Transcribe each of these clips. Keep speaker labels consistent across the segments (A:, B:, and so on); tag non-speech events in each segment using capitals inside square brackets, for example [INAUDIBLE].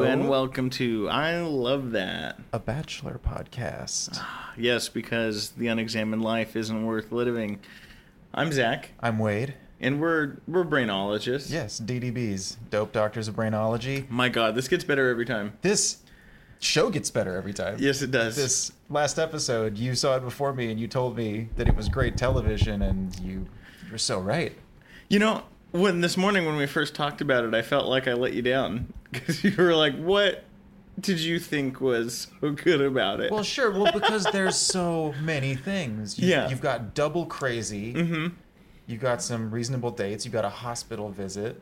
A: welcome to I Love That.
B: a bachelor podcast.
A: Yes, because the unexamined life isn't worth living. I'm Zach,
B: I'm Wade.
A: and we're we're brainologists.
B: Yes, DDBs, Dope Doctors of Brainology.
A: My God, this gets better every time.
B: This show gets better every time.
A: Yes, it does.
B: This last episode, you saw it before me and you told me that it was great television, and you were so right.
A: You know, when this morning when we first talked about it, I felt like I let you down [LAUGHS] because you were like, "What did you think was so good about it?"
B: Well, sure. Well, because there's so many things. You,
A: Yeah.
B: You've got double crazy.
A: [LAUGHS] mm-hmm.
B: You've got some reasonable dates. You've got a hospital visit,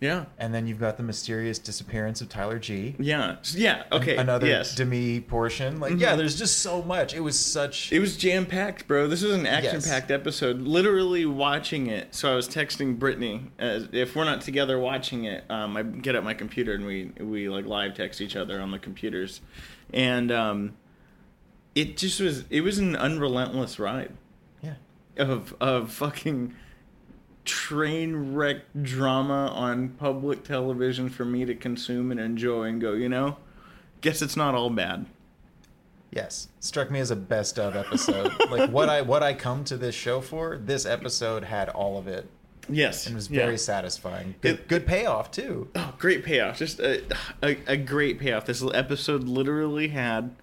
A: Yeah.
B: and then you've got the mysterious disappearance of Tyler G.
A: Yeah. Yeah. Okay.
B: Another
A: Yes. Mm-hmm.
B: Demi portion. Like, yeah, there's just so much. It was such.
A: It was jam packed, bro. This was an action packed episode. Literally watching it. So I was texting Brittany. As, if we're not together watching it, um, I get up my computer and we we like live text each other on the computers, and um, it just was it was an unrelentless ride
B: yeah.
A: of of fucking train wreck drama on public television for me to consume and enjoy and go. You know, guess it's not all bad.
B: Yes, struck me as a best of
A: [LAUGHS]
B: episode. like what I what I come to this show for. This episode had all of it
A: Yes,
B: and was
A: Yeah.
B: very satisfying. Good,
A: It-
B: good payoff too.
A: Oh, great payoff! Just a, a, a great payoff. This episode literally had.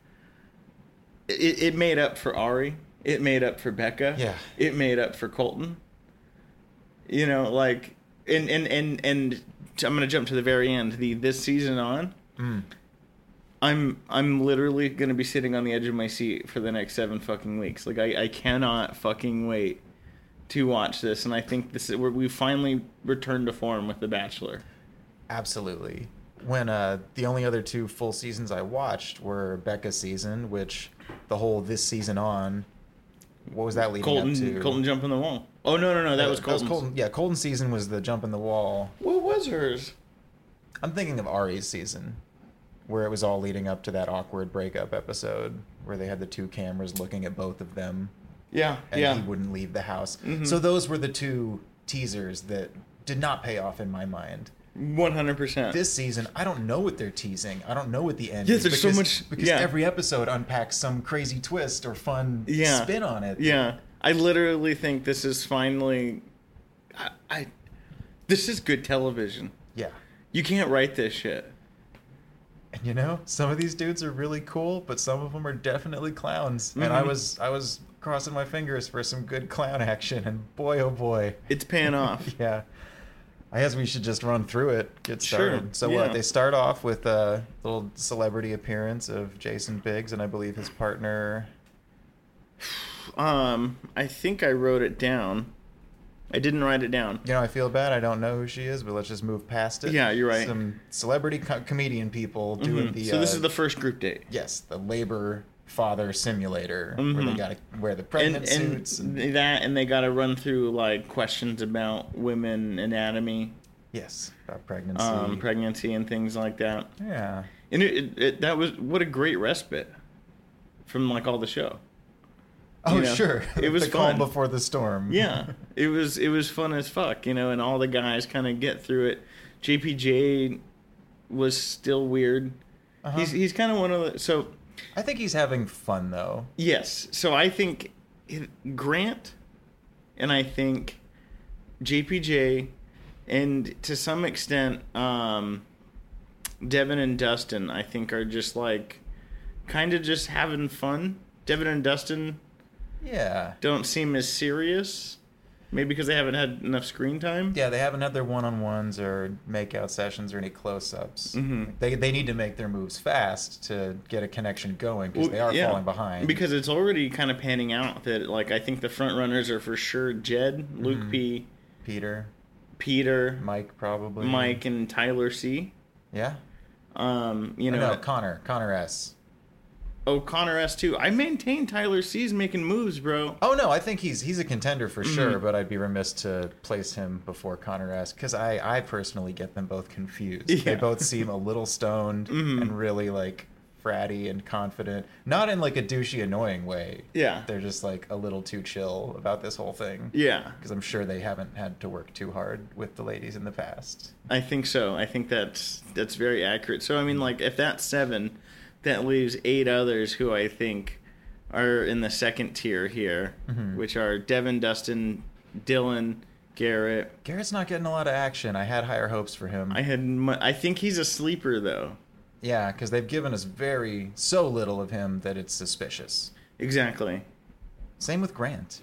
A: It, it made up for Ari. It made up for Becca.
B: Yeah.
A: It made up for Colton. You know, like, and and and and I'm gonna jump to the very end. The this season on,
B: Mm.
A: I'm I'm literally gonna be sitting on the edge of my seat for the next seven fucking weeks. Like, I I cannot fucking wait to watch this. And I think this is where we finally returned to form with The Bachelor.
B: Absolutely. When uh, the only other two full seasons I watched were Becca's season, which the whole this season on, what was that leading
A: Colton
B: up to? Uh,
A: Colton jumping the wall. Oh no no no that was
B: That was
A: Colton.
B: Colton. Yeah, Colton's season was the jump in the wall.
A: What was hers?
B: I'm thinking of Ari's season, where it was all leading up to that awkward breakup episode where they had the two cameras looking at both of them
A: Yeah
B: and
A: yeah.
B: he wouldn't leave the house.
A: Mhm.
B: So those were the two teasers that did not pay off in my mind.
A: One hundred percent.
B: This season, I don't know what they're teasing. I don't know what the end
A: Yeah,
B: is.
A: there's so
B: because-
A: much-
B: Because
A: yeah.
B: every episode unpacks some crazy twist or fun
A: Yeah.
B: spin on it.
A: Yeah, I literally think this is finally. I, I this is good television.
B: Yeah.
A: You can't write this shit.
B: And you know, some of these dudes are really cool, but some of them are definitely clowns. And I
A: Mhm.
B: was I was crossing my fingers for some good clown action, and boy oh boy.
A: It's
B: [LAUGHS]
A: paying off.
B: Yeah. I guess we should just run through it, get
A: Sure,
B: started. So
A: yeah.
B: what? They start off with a little celebrity appearance of Jason Biggs and I believe his partner.
A: Um, I think I wrote it down. I didn't write it down.
B: You know, I feel bad. I don't know who she is, but let's just move past it.
A: Yeah, you're right.
B: Some celebrity co- comedian people doing
A: Mhm.
B: the.
A: so this
B: uh,
A: is the first group date.
B: yes, the labor father simulator where they
A: Mhm.
B: got to wear the
A: and,
B: pregnant
A: and
B: suits. And,
A: that and they got to run through like questions about women anatomy
B: yes, about pregnancy.
A: um, pregnancy and things like that
B: yeah.
A: and it, it, it that was what a great respite from like all the show
B: Oh
A: know,
B: sure,
A: it was
B: [LAUGHS] the calm
A: fun.
B: before the storm. [LAUGHS]
A: yeah it was it was fun as fuck you know and all the guys kind of get through it jpj was still weird
B: Uh-huh.
A: he's he's kind of one of the so
B: I think he's having fun though.
A: yes so i think grant and i think jpj and to some extent um devin and dustin i think are just like kind of just having fun devin and dustin
B: Yeah.
A: don't seem as serious. Maybe because they haven't had enough screen time.
B: Yeah, they haven't had their one-on-ones or make-out sessions or any close-ups.
A: Mhm.
B: They they need to make their moves fast to get a connection going because
A: Well,
B: they are
A: yeah.
B: falling behind.
A: Because it's already kind of panning out that, like, I think the front runners are for sure Jed, Luke
B: Mm-hmm.
A: P,
B: Peter,
A: Peter,
B: Mike probably,
A: Mike, and Tyler C.
B: yeah,
A: Um, you
B: you
A: know,
B: know, Connor, Connor S.
A: oh Connor S too. I maintain Tyler C's making moves, bro.
B: Oh no, I think he's he's a contender for
A: Mm-hmm.
B: sure, but I'd be remiss to place him before Connor S because I I personally get them both confused. They
A: Yeah. [LAUGHS]
B: both seem a little stoned
A: Mhm.
B: and really like fratty and confident, not in like a douchey, annoying way.
A: Yeah.
B: They're just like a little too chill about this whole thing.
A: Yeah.
B: Because I'm sure they haven't had to work too hard with the ladies in the past.
A: I think so. I think that's that's very accurate. So I mean, like, if that's seven, that leaves eight others who I think are in the second tier here,
B: Mhm.
A: which are Devin, Dustin, Dylan, Garrett.
B: Garrett's not getting a lot of action. I had higher hopes for him.
A: I had. mu- I think he's a sleeper though.
B: Yeah, because they've given us very so little of him that it's suspicious.
A: Exactly.
B: Same with Grant.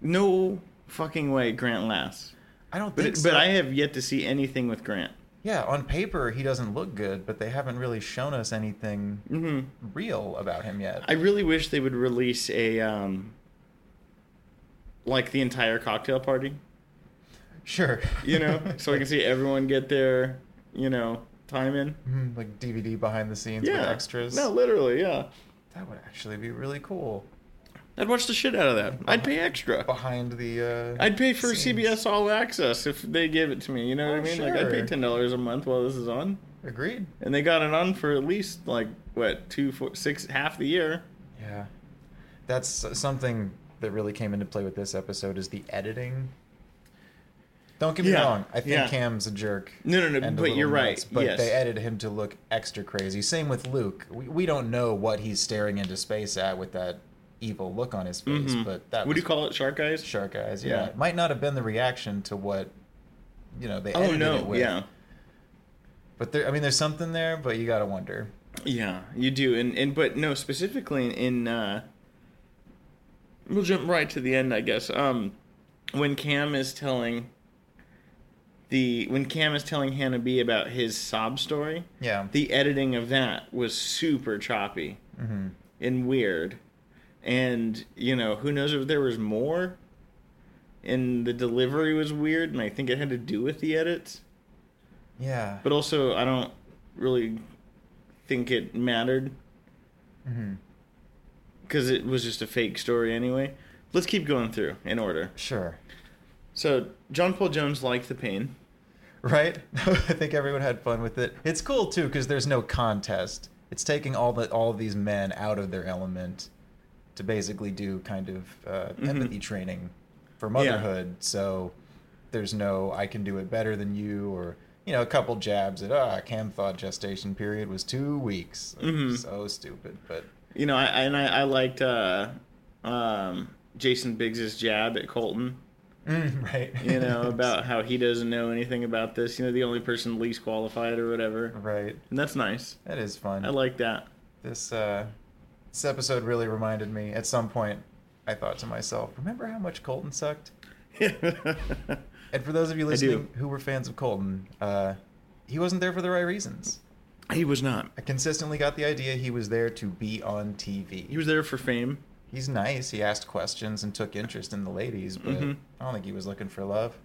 A: No fucking way Grant lasts.
B: I don't
A: But
B: think.
A: but
B: so.
A: I have yet to see anything with Grant.
B: Yeah, on paper he doesn't look good, but they haven't really shown us anything
A: hmm
B: real about him yet.
A: I really wish they would release a um, like the entire cocktail party.
B: sure.
A: you
B: [LAUGHS]
A: know, so I can see everyone get their, you know, time in.
B: Mhm, like DVD behind the scenes with
A: yeah,
B: extras.
A: No, literally, yeah.
B: that would actually be really cool.
A: I'd watch the shit out of that. I'd pay extra.
B: Behind the. Uh,
A: I'd pay for
B: scenes.
A: CBS All Access if they give it to me. You know what
B: Oh,
A: I mean? Like I'd pay
B: sure.
A: ten dollars a month while this is on,
B: Agreed.
A: and they got it on for at least like what two, four, six, half the year.
B: Yeah, that's s- something that really came into play with this episode is the editing. Don't get me
A: Yeah,
B: wrong. I think
A: yeah.
B: Cam's a jerk.
A: No, no, no,
B: and a
A: but
B: little
A: you're right,
B: but
A: yes.
B: they edited him to look extra crazy. Same with Luke. We, we don't know what he's staring into space at with that evil look on his face,
A: Mhm.
B: but that
A: What do
B: was
A: you call it? Shark eyes.
B: shark eyes. Yeah.
A: Yeah.
B: it might not have been the reaction to what you know they
A: Oh
B: edited it
A: no!
B: with.
A: Yeah,
B: But there, I mean, there's something there, but you gotta wonder.
A: yeah, you do, and and but no, specifically in. uh We'll jump right to the end, I guess. Um, when Cam is telling the when Cam is telling Hannah B about his sob story,
B: Yeah.
A: the editing of that was super choppy
B: hmm
A: and weird, and you know who knows if there was more. And the delivery was weird, and I think it had to do with the edits.
B: Yeah.
A: But also, I don't really think it mattered
B: hmm
A: because it was just a fake story anyway. Let's keep going through in order.
B: Sure.
A: So John Paul Jones liked the pain.
B: right? [LAUGHS] I think everyone had fun with it. It's cool too because there's no contest. It's taking all the all of these men out of their element to basically do kind of uh,
A: Mhm.
B: empathy training for
A: Yeah.
B: motherhood. So there's no I can do it better than you or you know a couple jabs at ah Cam thought gestation period was two weeks.
A: Mhm.
B: So stupid, but [LAUGHS]
A: You know, I, I- and I, I liked uh, um, Jason Biggs's jab at Colton.
B: Mm, right.
A: You
B: [LAUGHS]
A: know about how he doesn't know anything about this. You know, the only person least qualified or whatever,
B: right.
A: and that's nice.
B: That is fun.
A: I like that. [LAUGHS]
B: this uh, this episode really reminded me. At some point, I thought to myself, "Remember how much Colton sucked?" And for those of you
A: I do.
B: listening who were fans of Colton, uh, he wasn't there for the right reasons.
A: he was not.
B: I consistently got the idea he was there to be on TV.
A: He was there for fame.
B: He's nice. He asked questions and took interest in the ladies, but
A: Mhm.
B: I don't think he was looking for love.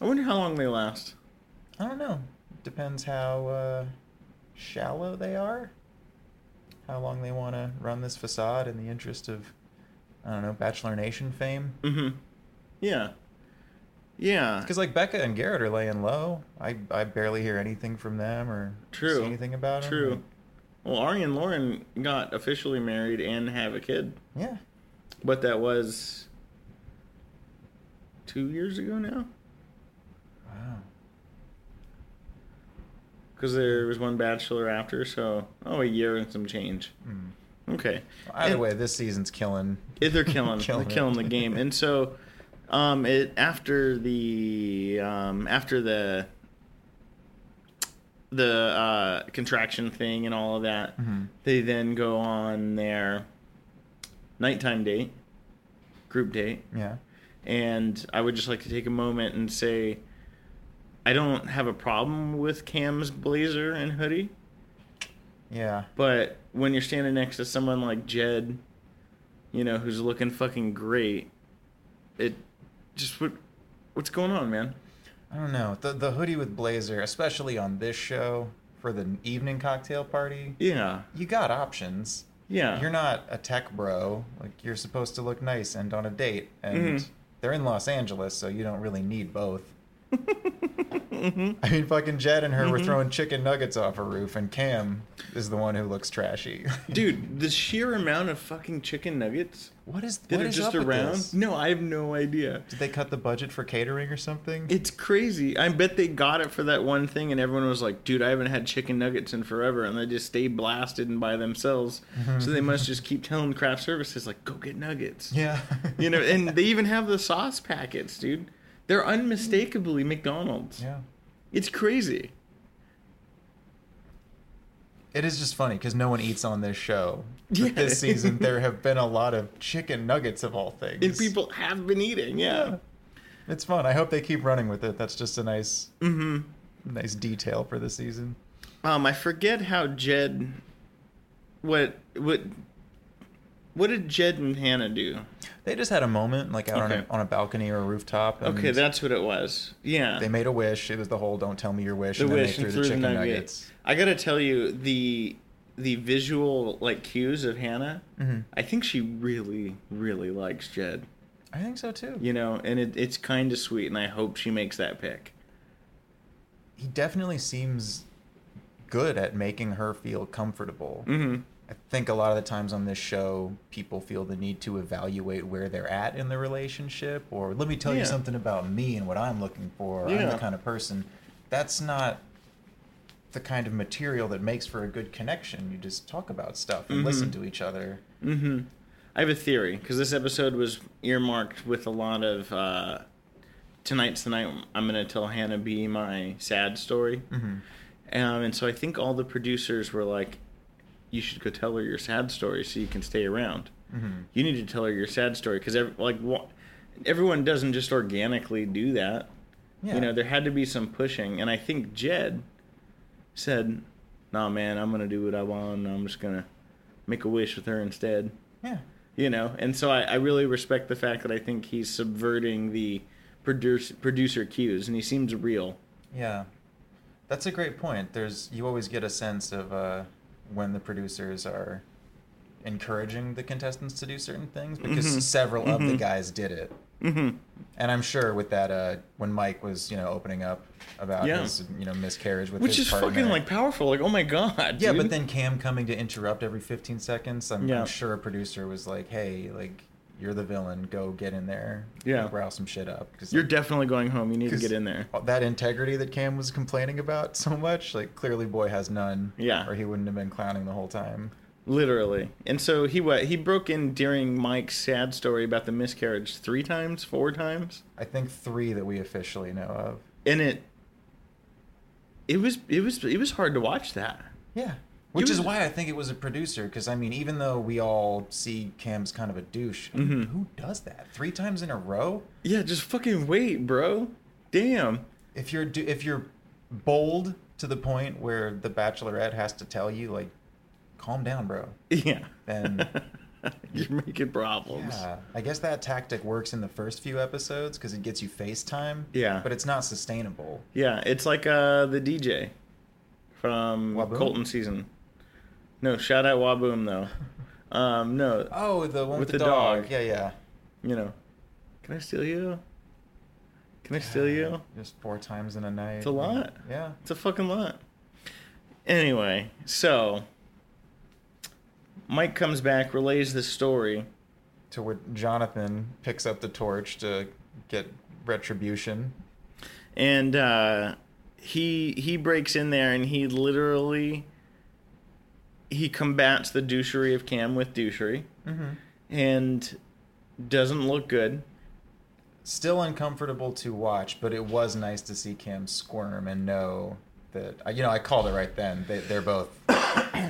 A: I wonder how long they last.
B: I don't know. Depends how uh, shallow they are, how long they want to run this facade in the interest of, I don't know, Bachelor Nation fame.
A: Mm-hmm. Yeah. Yeah.
B: Because like Becca and Garrett are laying low. I I barely hear anything from them or
A: True.
B: see anything about 'em.
A: True. Well, Ari and Lauren got officially married and have a kid,
B: Yeah.
A: but that was two years ago now.
B: Wow.
A: Because there was one bachelor after, so oh, a year and some change.
B: Hmm.
A: Okay.
B: Well, either
A: And-
B: way, this season's killing.
A: Yeah, they're
B: [LAUGHS]
A: killing, they're
B: it.
A: killing the game. And
B: [LAUGHS]
A: so, um, it after the um after the the uh, contraction thing and all of that,
B: Mhm.
A: they then go on their nighttime date, group date,
B: Yeah.
A: and I would just like to take a moment and say. I don't have a problem with Cam's blazer and hoodie.
B: Yeah.
A: But when you're standing next to someone like Jed, you know, who's looking fucking great, it just what what's going on, man?
B: I don't know. The the hoodie with blazer, especially on this show for the evening cocktail party,
A: Yeah.
B: you got options.
A: Yeah.
B: You're not a tech bro. Like you're supposed to look nice and on a date, and
A: Mhm.
B: they're in Los Angeles, so you don't really need both. [LAUGHS] I mean, fucking Jed and her
A: Mm-hmm.
B: were throwing chicken nuggets off a roof, and Cam is the one who looks trashy.
A: [LAUGHS]
B: [LAUGHS]
A: Dude, the sheer amount of fucking chicken nuggets
B: what is
A: that
B: what
A: are
B: is
A: just
B: up with
A: around.
B: this?
A: No, I have no idea.
B: Did they cut the budget for catering or something?
A: It's crazy. I bet they got it for that one thing, and everyone was like, "Dude, I haven't had chicken nuggets in forever," and they just stay blasted and by themselves.
B: Mm-hmm.
A: so they must just keep telling craft services like, "Go get nuggets."
B: [LAUGHS] yeah,
A: You know, and they even have the sauce packets, dude. They're unmistakably McDonald's.
B: [LAUGHS] yeah.
A: It's crazy.
B: It is just funny because no one eats on this show. But
A: Yeah.
B: This season, there have been a lot of chicken nuggets of all things.
A: And people have been eating, yeah.
B: [LAUGHS] it's fun. I hope they keep running with it. That's just a nice,
A: hmm
B: nice detail for the season.
A: Um, I forget how Jed. What what. What did Jed and Hannah do?
B: They just had a moment, like out on,
A: Okay.
B: a, on a balcony or a rooftop. And
A: Okay, that's what it was. Yeah.
B: They made a wish. It was the whole "Don't tell me your wish,"
A: the
B: and then
A: wish
B: they threw
A: and
B: the
A: threw the
B: chicken
A: nugget.
B: nuggets.
A: I gotta tell you the the visual like cues of Hannah.
B: hmm
A: I think she really really likes Jed.
B: I think so too.
A: You know, and it, it's kind of sweet, and I hope she makes that pick.
B: He definitely seems good at making her feel comfortable.
A: hmm
B: I think a lot of the times on this show, people feel the need to evaluate where they're at in the relationship, or let me tell
A: Yeah.
B: you something about me and what I'm looking for. I'm
A: Yeah.
B: the kind of person. That's not the kind of material that makes for a good connection. You just talk about stuff and
A: Mhm.
B: listen to each other.
A: hmm I have a theory because this episode was earmarked with a lot of uh, tonight's the night I'm gonna tell Hannah B my sad story,
B: Mm-hmm.
A: um, and so I think all the producers were like, "You should go tell her your sad story so you can stay around.
B: Mm-hmm.
A: You need to tell her your sad story because ev- like wha- everyone doesn't just organically do that.
B: Yeah.
A: You know, there had to be some pushing, and I think Jed said, "Nah, man, I'm gonna do what I want. and I'm just gonna make a wish with her instead."
B: yeah.
A: you know and so I, I really respect the fact that i think he's subverting the producer producer cues and he seems real
B: Yeah, that's a great point. There's you always get a sense of uh, when the producers are encouraging the contestants to do certain things because
A: Mhm.
B: several of the
A: Mhm.
B: guys did it,
A: mm-hmm.
B: and I'm sure with that uh, when Mike was you know opening up about
A: Yeah.
B: his you know miscarriage with
A: which
B: his
A: is
B: partner.
A: fucking like powerful like oh my god
B: yeah, but
A: dude.
B: then Cam coming to interrupt every 15 seconds. I'm,
A: Yeah.
B: I'm sure a producer was like, "Hey, like you're the villain. Go get in there.
A: Yeah.
B: like, rile some shit up." Cause,
A: you're
B: like,
A: definitely going home you need to
B: 'Cause uh,
A: get in there
B: That integrity that Cam was complaining about so much, like clearly boy has none.
A: Yeah.
B: Or he wouldn't have been clowning the whole time.
A: literally and so he what he broke in during mike's sad story about the miscarriage three times four times
B: I think three that we officially know of.
A: and it it was it was it was hard to watch that
B: Yeah. Which
A: You-
B: is why I think it was a producer, because I mean, even though we all see Cam's kind of a douche, I mean,
A: Mhm.
B: who does that three times in a row?
A: yeah just fucking wait bro damn
B: If you're do- if you're bold to the point where the Bachelorette has to tell you, like, calm down, bro.
A: Yeah.
B: Then-
A: [LAUGHS] you're making problems.
B: Yeah, I guess that tactic works in the first few episodes because it gets you FaceTime.
A: Yeah.
B: but it's not sustainable.
A: Yeah, it's like uh, the DJ from
B: Waboom?
A: Colton season. No, shout out Waboom though. Um, no,
B: Oh, the one with, the, dog. Yeah, yeah.
A: you know, can I steal you? Can I steal you?
B: Just four times in a night.
A: It's a lot.
B: Yeah.
A: It's a fucking lot. Anyway, so Mike comes back, relays the story.
B: To where Jonathan picks up the torch to get retribution.
A: and uh, he he breaks in there and he literally he combats the douchery of Cam with douchery
B: Mm-hmm.
A: and doesn't look good. [CLEARS THROAT]
B: Still uncomfortable to watch, but it was nice to see Cam squirm and know that I- you know I called it right then. They, they're both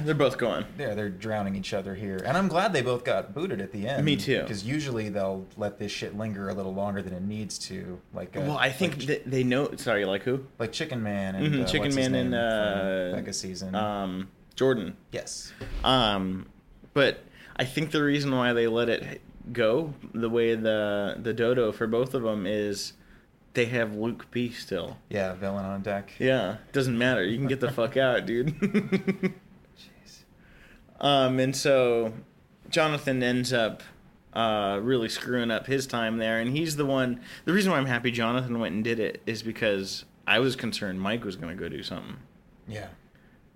A: They're both going.
B: yeah they're drowning each other here, and I'm glad they both got booted at the end.
A: Me too.
B: Because usually they'll let this shit linger a little longer than it needs to. Like uh,
A: Well, I think
B: like,
A: that they know. Sorry, like who?
B: like Chicken Man and
A: Mhm,
B: uh,
A: Chicken
B: what's his
A: Man and
B: name
A: uh,
B: from Becca season.
A: Um, Jordan.
B: yes.
A: Um, but I think the reason why they let it go the way the the dodo for both of them is they have Luke B still.
B: Yeah, villain on deck.
A: Yeah, doesn't matter. You can get the fuck out, dude. [LAUGHS]
B: Jeez.
A: um, and so Jonathan ends up uh, really screwing up his time there, and he's the one. The reason why I'm happy Jonathan went and did it is because I was concerned Mike was gonna go do something.
B: Yeah.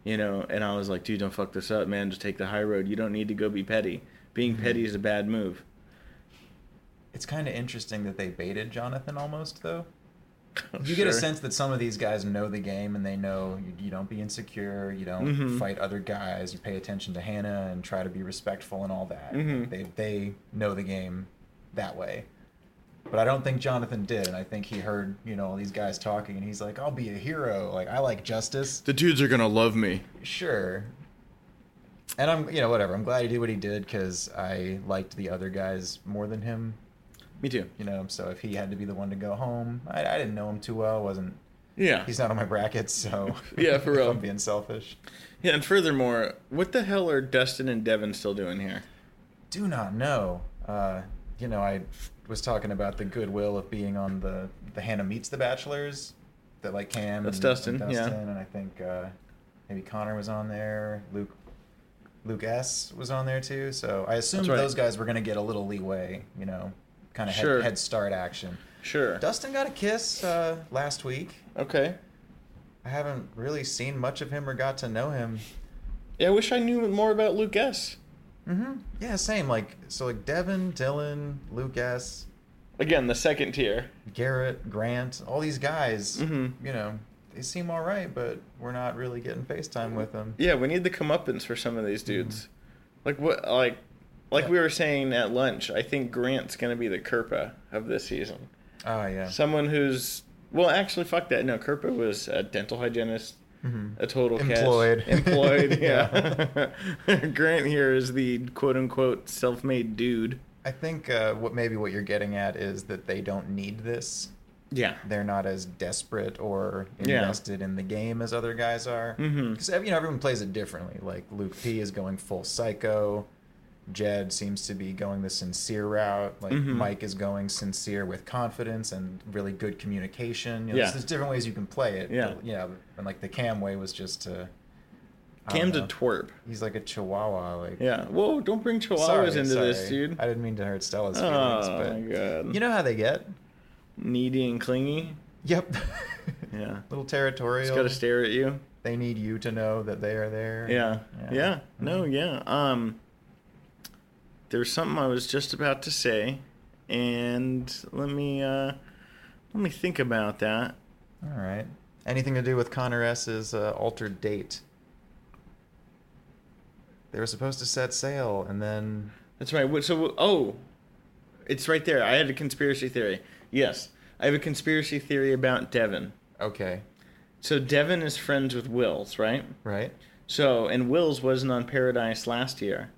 A: You know, and I was like, dude, don't fuck this up, man. Just take the high road. You don't need to go be petty. Being
B: Mm-hmm.
A: petty is a bad move. [LAUGHS]
B: It's kind of interesting that they baited Jonathan almost, though.
A: I'm
B: You get a
A: sure.
B: sense that some of these guys know the game and they know you, you don't be insecure, you don't
A: Mhm.
B: fight other guys, you pay attention to Hannah and try to be respectful and all that.
A: Mhm.
B: They, they know the game that way. But I don't think Jonathan did. And I think he heard, you know, all these guys talking and he's like, I'll be a hero. Like, I like justice.
A: The dudes are gonna love me.
B: Sure. And I'm, you know, whatever. I'm glad he did what he did because I liked the other guys more than him,
A: Me too.
B: you know. So if he had to be the one to go home, I, I didn't know him too well. wasn't
A: Yeah.
B: He's not on my bracket, so
A: [LAUGHS] Yeah,
B: [LAUGHS]
A: for real.
B: I'm being selfish.
A: Yeah, and furthermore, what the hell are Dustin and Devin still doing here?
B: Do not know. Uh, you know, I was talking about the goodwill of being on the the Hannah meets the Bachelors, that like Cam
A: That's
B: and
A: Dustin,
B: and
A: yeah.
B: and I think uh, maybe Connor was on there. Luke Luke S was on there too. So I assumed
A: That's right.
B: those guys were gonna get a little leeway. You know, kind of
A: Sure.
B: head, head start action.
A: Sure.
B: Dustin got a kiss uh, last week.
A: Okay.
B: I haven't really seen much of him or got to know him.
A: Yeah, I wish I knew more about Luke S.
B: hmm Yeah, same. Like so, like Devin, Dylan, Lucas,
A: Again, the second tier.
B: Garrett, Grant, all these guys.
A: Mhm.
B: You know, they seem all right, but we're not really getting FaceTime with them.
A: Yeah, we need the comeuppance for some of these dudes. Like what? Like, like
B: Mm-hmm. Yeah.
A: we were saying at lunch. I think Grant's gonna be the Kerpa of this season.
B: Oh yeah.
A: Someone who's well, actually, fuck that. No, Kerpa was a dental hygienist,
B: Mhm.
A: a total catch.
B: Employed.
A: [LAUGHS] Employed.
B: Yeah.
A: Yeah. [LAUGHS] Grant here is the quote unquote self-made dude.
B: I think uh, what maybe what you're getting at is that they don't need this.
A: Yeah.
B: They're not as desperate or
A: Yeah.
B: invested in the game as other guys are.
A: Mhm.
B: Because you know everyone plays it differently. Like Luke P is going full psycho. Jed seems to be going the sincere route. Like
A: Mhm.
B: Mike is going sincere with confidence and really good communication. You know,
A: Yeah.
B: there's, there's different ways you can play it.
A: Yeah.
B: you know, and like the Cam way was just to. I don't
A: Cam's a
B: know.
A: twerp.
B: He's like a chihuahwa. Like
A: Yeah. Whoa! Don't bring chihuahuas
B: sorry,
A: into this,
B: sorry.
A: dude.
B: I didn't mean to hurt Stella's feelings,
A: Oh
B: but
A: my god.
B: you know how they get.
A: needy and clingy.
B: Yep.
A: [LAUGHS] Yeah.
B: Little
A: It's
B: territorial.
A: got to stare at you.
B: They need you to know that they are there.
A: Yeah. Yeah. Mm-hmm. No,
B: Mhm.
A: yeah. Um there's something I was just about to say and let me uh let me think about that.
B: All right. Anything to do with Connor S's uh, altered date? They were supposed to set sail, and then
A: That's right. What- So oh, it's right there. I had a conspiracy theory. Yes. I have a conspiracy theory about Devin.
B: okay,
A: So Devin is friends with Wills, right?
B: right?
A: So, and Wills wasn't on Paradise last year.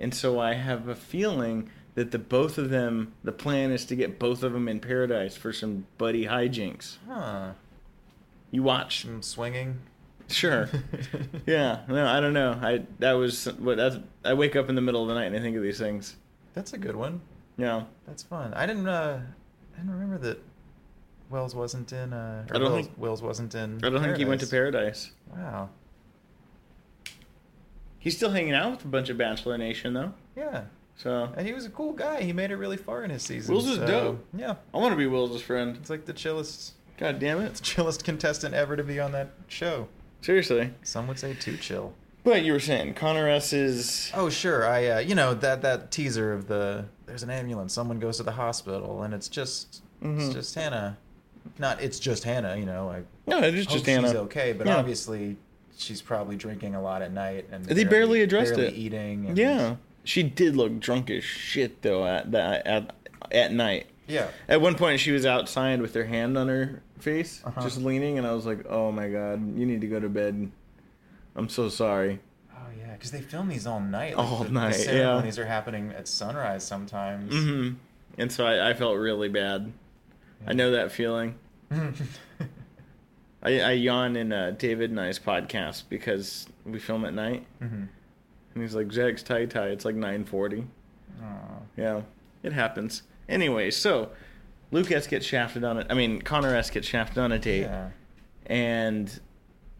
A: And so I have a feeling that the both of them, the plan is to get both of them in Paradise for some buddy hijinks.
B: Huh.
A: You watch.
B: Some swinging. [LAUGHS]
A: Sure. yeah. No, I don't know. I that was what that's, I wake up in the middle of the night and I think of these things.
B: That's a good one.
A: Yeah.
B: That's fun. I didn't. Uh, I didn't remember that Wells wasn't in. Uh, or
A: I don't
B: Wells,
A: think-
B: Wells wasn't in.
A: I don't think he went to Paradise.
B: Wow.
A: He's still hanging out with a bunch of Bachelor Nation though.
B: Yeah,
A: So
B: and he was a cool guy. He made it really far in his season.
A: Wills is
B: so,
A: dope.
B: Yeah,
A: I want to be Will's friend.
B: it's like the chillest, [LAUGHS]
A: God damn it.
B: chillest contestant ever to be on that show.
A: Seriously.
B: Some would say too chill.
A: But you were saying Connor S is
B: Oh sure, I uh, you know that that teaser of the there's an ambulance, someone goes to the hospital, and it's just it's
A: Mhm.
B: just Hannah. Not it's just Hannah, you know. I
A: No, it's
B: hope
A: just Hannah.
B: oh, she's okay, but
A: Yeah.
B: obviously she's probably drinking a lot at night, and e-,
A: They barely addressed
B: barely
A: it.
B: Eating, and,
A: Yeah, she did look drunk as shit though at that at, at night.
B: yeah.
A: At one point, she was outside with her hand on her face,
B: Uh-huh.
A: just leaning, and I was like, "Oh my god, you need to go to bed. I'm so sorry."
B: Oh yeah, because they film these all night.
A: All
B: the,
A: night,
B: The
A: yeah.
B: ceremonies are happening at sunrise sometimes.
A: hmm And so I, I felt really bad. I know
B: [LAUGHS]
A: that feeling.
B: Mm-hmm.
A: I, I yawn in uh, David and I's podcast because we film at night,
B: Mhm.
A: and he's like, "Zach's tie tie. It's like 9:40."
B: Aw.
A: Yeah, it happens. Anyway, so Luke S gets shafted on it. I mean, Connor S gets shafted on a date,
B: Yeah.
A: and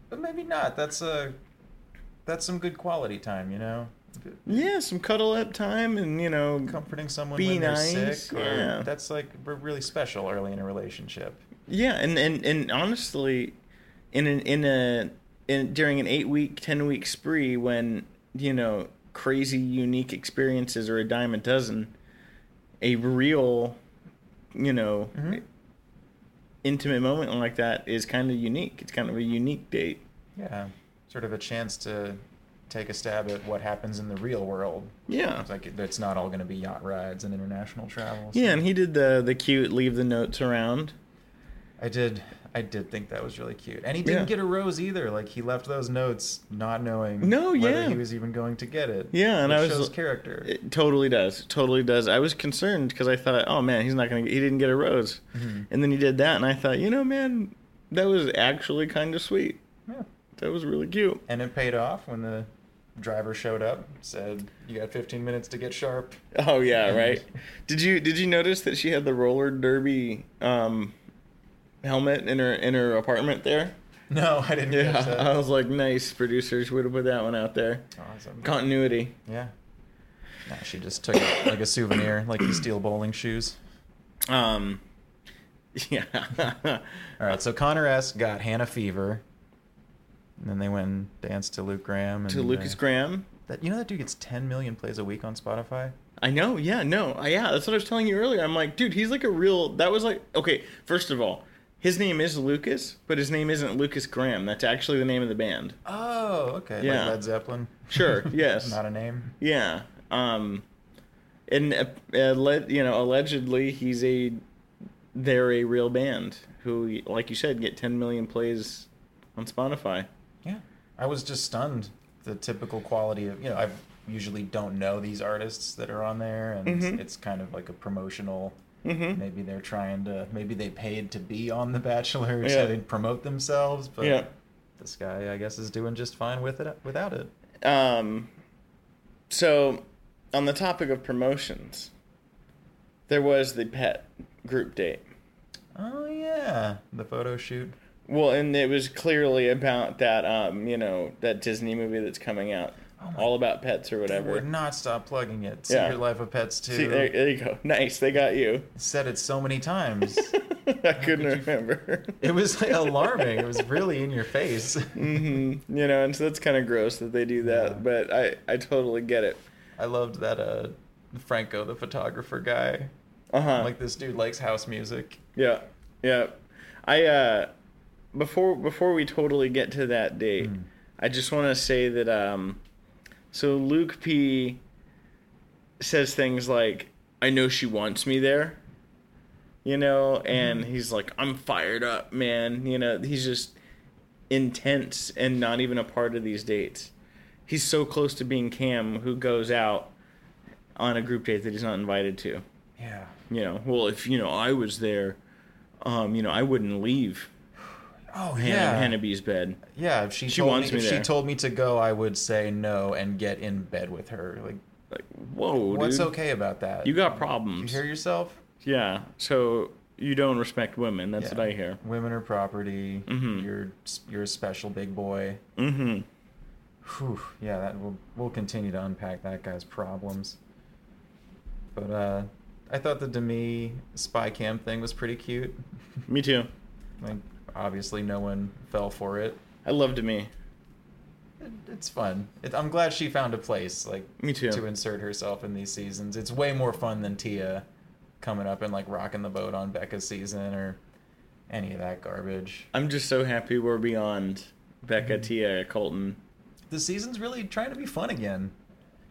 B: But maybe not. That's a that's some good quality time, you know.
A: yeah, some cuddle up time, and you know,
B: Comforting someone
A: Be
B: when
A: nice,
B: they're sick. Or
A: yeah.
B: That's like re- really special early in a relationship.
A: Yeah, and and and honestly, in an in a in during an eight week, ten week spree when you know crazy unique experiences are a dime a dozen, a real, you know,
B: Mhm.
A: intimate moment like that is kind of unique. It's kind of a unique date.
B: Yeah, sort of a chance to take a stab at what happens in the real world.
A: Yeah.
B: It's like it's not all going to be yacht rides and international travel. so-
A: Yeah, and he did the the cute leave the notes around.
B: I did. I did think that was really cute, and he didn't
A: Yeah.
B: get a rose either. Like he left those notes not knowing
A: No,
B: whether
A: yeah.
B: he was even going to get it.
A: Yeah, and
B: which
A: I was
B: shows
A: l-
B: character.
A: It totally does. Totally does. I was concerned because I thought, oh man, he's not gonna. He didn't get a rose,
B: Mhm.
A: and then he did that, and I thought, you know, man, that was actually kind of sweet.
B: yeah.
A: That was really cute.
B: And it paid off when the driver showed up, said, "You got 15 minutes to get sharp." [LAUGHS]
A: Oh yeah,
B: And-
A: right. Did you did you notice that she had the roller derby um, helmet in her in her apartment there?
B: No, I didn't.
A: Yeah,
B: catch that.
A: I was like, nice producers would have put that one out there.
B: awesome.
A: Continuity.
B: yeah. No, she just took it like a souvenir, like you steal bowling shoes.
A: Um, [LAUGHS] yeah.
B: All right, so Connor S got Hannah fever, and then they went and danced to Luke Graham and
A: to Lucas
B: uh,
A: Graham.
B: That you know that dude gets 10 million plays a week on Spotify.
A: I know. Yeah. No. I, yeah. That's what I was telling you earlier. I'm like, dude, he's like a real. That was like, okay. First of all, his name is Lucas, but his name isn't Lucas Graham. That's actually the name of the band.
B: Oh, okay.
A: Yeah.
B: Like Led Zeppelin. [LAUGHS]
A: Sure, yes.
B: Not a name.
A: Yeah. Um, and uh, uh, le- you know, allegedly, he's a. They're a real band who, like you said, get 10 million plays on Spotify.
B: Yeah. I was just stunned. The typical quality of you know I usually don't know these artists that are on there, and
A: Mhm.
B: it's, it's kind of like a promotional.
A: Mm-hmm.
B: Maybe they're trying to. Maybe they paid to be on The Bachelor,
A: Yeah.
B: so they promote themselves. But
A: Yeah.
B: this guy, I guess, is doing just fine with it without it.
A: Um, so, on the topic of promotions, there was the pet group date.
B: Oh yeah, the photo shoot.
A: Well, and it was clearly about that, um, you know, that Disney movie that's coming out,
B: Oh my-
A: all about pets or
B: They Would
A: whatever.
B: not stop plugging it.
A: Yeah.
B: Secret Life of Pets too.
A: See, there, there you go. Nice, they got you.
B: Said it so many times.
A: [LAUGHS] I couldn't
B: you-
A: remember.
B: It was like alarming. It was really
A: [LAUGHS]
B: in your face.
A: hmm You know, and so that's kind of gross that they do that,
B: Yeah.
A: but I, I totally get it.
B: I loved that uh Franco the photographer guy.
A: Uh huh.
B: Like this dude likes house music.
A: Yeah, yeah. I uh, before before we totally get to that date,
B: Mm.
A: I just want to say that um, so Luke P says things like, "I know she wants me there," you know, and he's like, "I'm fired up, man." You know, he's just intense and not even a part of these dates. He's so close to being Cam, who goes out on a group date that he's not invited to
B: Yeah.
A: you know, well, if you know I was there, um, you know, I wouldn't leave
B: Oh
A: Hannah,
B: yeah.
A: Hannah B's bed.
B: yeah, if she,
A: She
B: told
A: wants
B: me,
A: me
B: if she
A: there.
B: told me to go, I would say no and get in bed with her. Like
A: Like, whoa,
B: what's
A: dude,
B: okay about that?
A: You got
B: you
A: problems.
B: hear yourself?
A: yeah, so you don't respect women. That's
B: Yeah.
A: what I hear.
B: Women are property.
A: Mhm.
B: You're you're a special big boy.
A: Mm-hmm.
B: Whew, yeah, that we'll we'll continue to unpack that guy's problems. But uh, I thought the Demi spy cam thing was pretty cute.
A: [LAUGHS] Me too.
B: [LAUGHS] like, obviously, no one fell for it.
A: I loved me.
B: It- It's fun. It, I'm glad she found a place like
A: Me too.
B: to insert herself in these seasons. It's way more fun than Tia coming up and like rocking the boat on Becca's season or any of that garbage.
A: I'm just so happy we're beyond Becca,
B: Mm-hmm.
A: Tia, Colton.
B: The season's really trying to be fun again.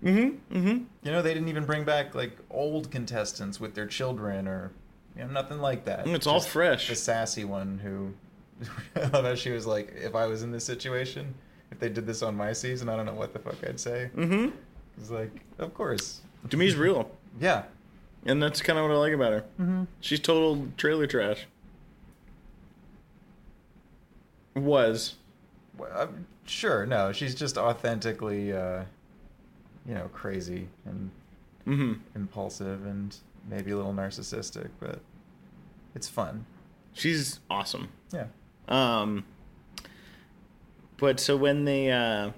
A: Mm-hmm. Mm-hmm.
B: You know, they didn't even bring back like old contestants with their children or you know, nothing like that.
A: Mm, it's all fresh.
B: The sassy one who [LAUGHS] I love how she was like, if I was in this situation, if they did this on my season, I don't know what the fuck I'd say.
A: Mm-hmm.
B: It's like, of course.
A: Demi's real,
B: Yeah.
A: and that's kind of what I like about her.
B: Mm-hmm.
A: She's total trailer trash. Was.
B: Well, I'm- sure, no, she's just authentically uh you know, crazy and
A: Mm-hmm.
B: impulsive and maybe a little narcissistic, but it's fun.
A: She's awesome.
B: Yeah.
A: Um, but so when they, uh,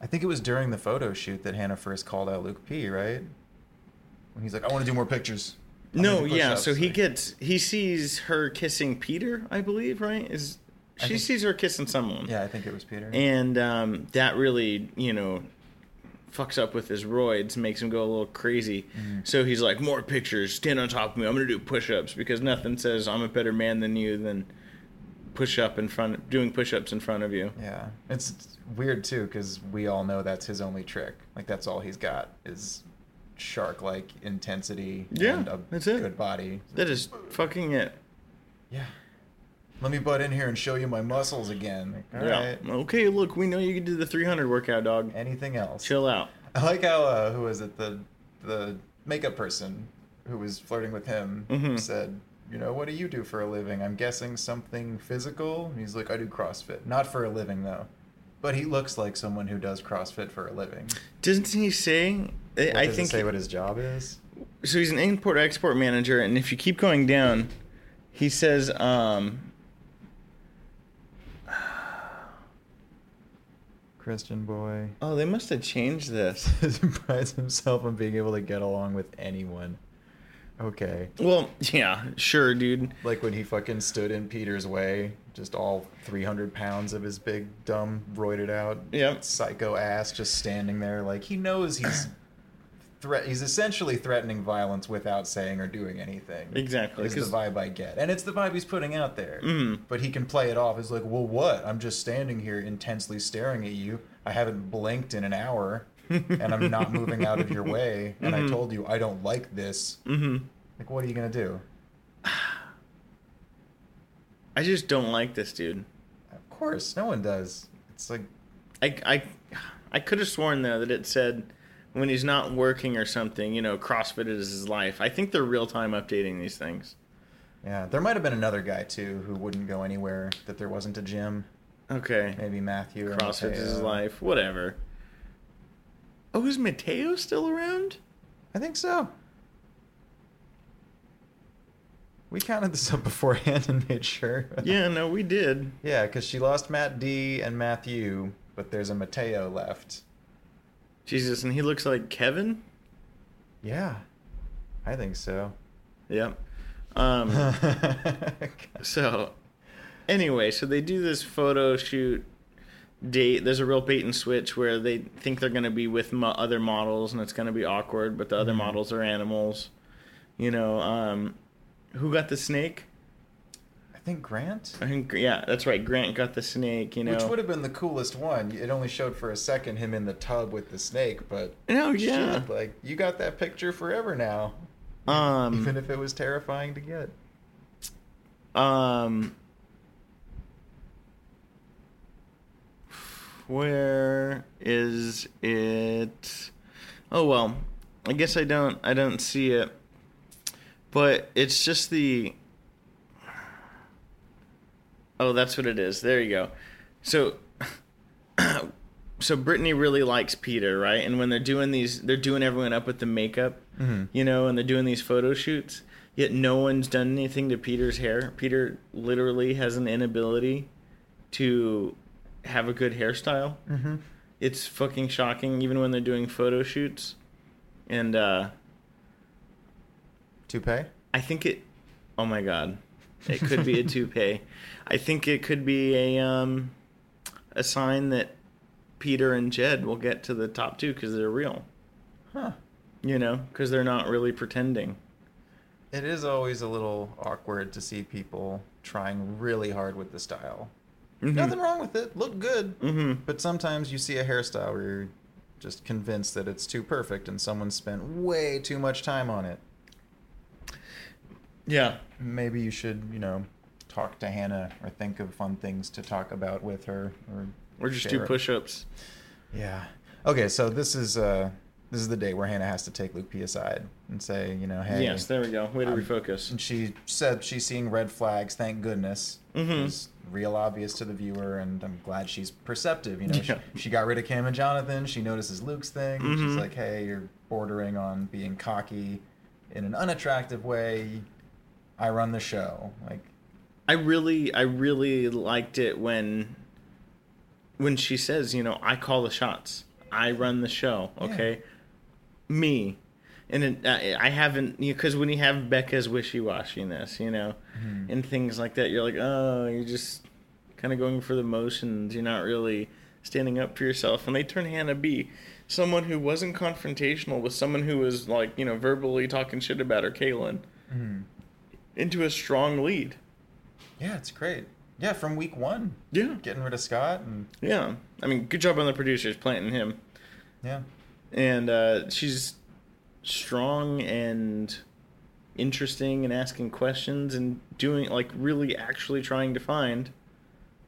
B: I think it was during the photo shoot that Hannah first called out Luke P, right? When he's like, I want to do more pictures. I'll
A: no,
B: do the
A: yeah.
B: push-ups,
A: So he
B: like-
A: gets he sees her kissing Peter, I believe, right? Is
B: I
A: she
B: think-
A: sees her kissing someone?
B: Yeah, I think it was Peter.
A: And um, that really, you know, fucks up with his roids, makes him go a little crazy. So he's like, more pictures, stand on top of me. I'm gonna do push-ups because nothing says I'm a better man than you than push up in front, doing push-ups in front of you.
B: yeah, it's it's weird too because we all know that's his only trick. Like that's all he's got is shark-like intensity
A: Yeah,
B: and a
A: that's it.
B: good body.
A: That is fucking it.
B: Yeah. Let me butt in here and show you my muscles again. Like, all
A: yeah.
B: right.
A: Okay, look, we know you can do the 300 workout, dog.
B: Anything else?
A: Chill out.
B: I like how uh, who was it the the makeup person who was flirting with him
A: Mhm.
B: said, you know, what do you do for a living? I'm guessing something physical. And he's like, I do CrossFit, not for a living though. But he looks like someone who does CrossFit for a living.
A: Doesn't he say? I-
B: What
A: I
B: does it
A: think
B: say what his job is.
A: so he's an import export manager and if you keep going down he says um
B: Christian boy [LAUGHS]
A: oh they must have changed this
B: prides himself on being able to get along with anyone. Okay.
A: well yeah sure dude
B: Like when he fucking stood in Peter's way, just all 300 pounds of his big, dumb, roided out
A: Yep.
B: psycho ass just standing there. Like he knows he's. Threat, he's essentially threatening violence without saying or doing anything.
A: Exactly,
B: Is
A: 'cause-
B: the vibe I get. And it's the vibe he's putting out there.
A: Mm.
B: But he can play it off as like, well, what? I'm just standing here intensely staring at you. I haven't blinked in an hour and
A: [LAUGHS]
B: I'm not moving out of your way. And I told you I don't like this.
A: mm-hmm
B: Like, what are you going to do?
A: i just don't like this dude
B: Of course, no one does. It's like
A: i i i could have sworn though that it said when he's not working or something you know crossfit is his life i think they're real time updating these things
B: yeah, there might have been another guy too who wouldn't go anywhere that there wasn't a gym.
A: okay
B: Maybe Matthew. Or
A: crossfit is his
B: Mateo.
A: life whatever oh is mateo still around
B: I think so. We counted this up beforehand [LAUGHS] and made sure.
A: yeah no we did
B: [LAUGHS] Yeah, because she lost Matt D and Matthew, but there's a Mateo left.
A: jesus and he looks like kevin
B: Yeah, I think so.
A: Yep. Um, [LAUGHS]
B: [LAUGHS]
A: so, anyway, so they do this photo shoot date. There's a real bait and switch where they think they're going to be with mo- other models and it's going to be awkward, but the other
B: Mhm.
A: models are animals. You know, um, who got the snake?
B: I think Grant.
A: I think, yeah, that's right. Grant got the snake, you know.
B: Which would have been the coolest one. It only showed for a second him in the tub with the snake, but
A: Oh, yeah.
B: shit, like you got that picture forever now.
A: um,
B: even if it was terrifying to get.
A: Um, where is it? Oh well, I guess I don't. I don't see it. But it's just the. Oh, that's what it is. There you go. So. [COUGHS] So Brittany really likes Peter, right? And when they're doing these, they're doing everyone up with the makeup
B: Mm-hmm.
A: you know, and they're doing these photo shoots, yet no one's done anything to Peter's hair. Peter literally has an inability to have a good hairstyle.
B: Mm-hmm.
A: It's fucking shocking, even when they're doing photo shoots. And uh,
B: Toupee.
A: I think it, oh my god, it could be a toupee. I think it could be a um, a sign that Peter and Jed will get to the top two because they're real.
B: Huh.
A: You know, because they're not really pretending.
B: It is always a little awkward to see people trying really hard with the style. Nothing wrong with it. Look good.
A: Mm-hmm.
B: But sometimes you see a hairstyle where you're just convinced that it's too perfect and someone spent way too much time on it.
A: Yeah.
B: maybe you should, you know, talk to Hannah or think of fun things to talk about with her or
A: Or just
B: share
A: do
B: it.
A: push-ups.
B: Yeah. Okay, so this is uh this is the day where Hannah has to take Lupe aside and say, you know, hey.
A: Yes, there we go. Way to
B: I'm- And
A: refocus.
B: she said she's seeing red flags, thank goodness.
A: Mhm.
B: It was real obvious to the viewer and I'm glad she's perceptive, you know.
A: Yeah.
B: She, she got rid of Cam and Jonathan, she notices Luke's thing. She's
A: Mhm.
B: like, "Hey, you're bordering on being cocky in an unattractive way. I run the show." Like
A: I really, I really liked it when, when she says, you know, I call the shots, I run the show. Okay, me. and it, I, I haven't because when you have Becca's wishy washiness, you know,
B: Mhm.
A: and things like that, you're like, oh, you're just kind of going for the motions. You're not really standing up for yourself. And they turn Hannah B, someone who wasn't confrontational with someone who was like, you know, verbally talking shit about her, Kaylin,
B: Mhm.
A: into a strong lead.
B: Yeah, it's great. Yeah, from week one,
A: Yeah.
B: getting rid of Scott and
A: Yeah. I mean, good job on the producers planting him.
B: yeah,
A: and uh, she's strong and interesting and asking questions and doing like really actually trying to find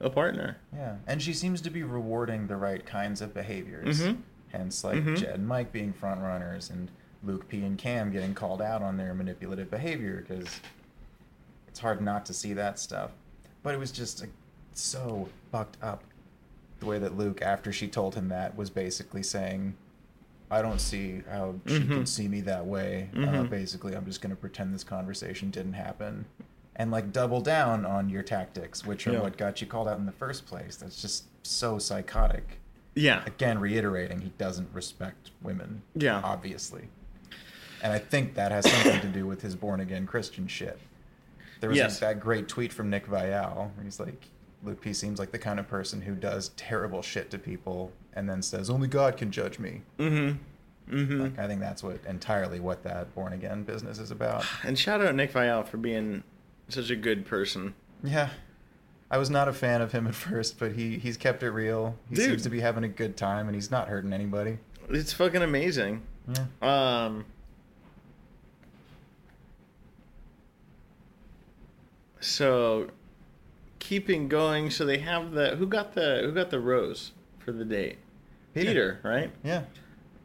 A: a partner
B: yeah. And she seems to be rewarding the right kinds of behaviors.
A: Mhm.
B: Hence, like
A: Mhm.
B: Jed and Mike being front runners, and Luke P and Cam getting called out on their manipulative behavior because it's hard not to see that stuff. But it was just like, so fucked up the way that Luke, after she told him that, was basically saying, "I don't see how she
A: Mhm.
B: can see me that way. Uh,
A: Mhm.
B: basically, I'm just going to pretend this conversation didn't happen." And like double down on your tactics, which are
A: Yeah.
B: what got you called out in the first place. That's just so psychotic
A: yeah
B: again reiterating he doesn't respect women
A: Yeah.
B: obviously and i think that has something to do with his born again christian shit there was
A: Yes.
B: that great tweet from nick vial where he's like luke p seems like the kind of person who does terrible shit to people and then says only god can judge me
A: mm-hmm mm-hmm
B: like, i think that's what entirely what that born again business
A: [SIGHS]
B: is about [SIGHS]
A: and shout out nick vial for being such a good person
B: yeah i was not a fan of him at [LAUGHS] first but he he's kept it real he
A: Dude.
B: seems to be having a good time and he's not hurting anybody
A: it's fucking amazing
B: yeah
A: um so keeping going so they have the who got the who got the rose for the date peter right
B: yeah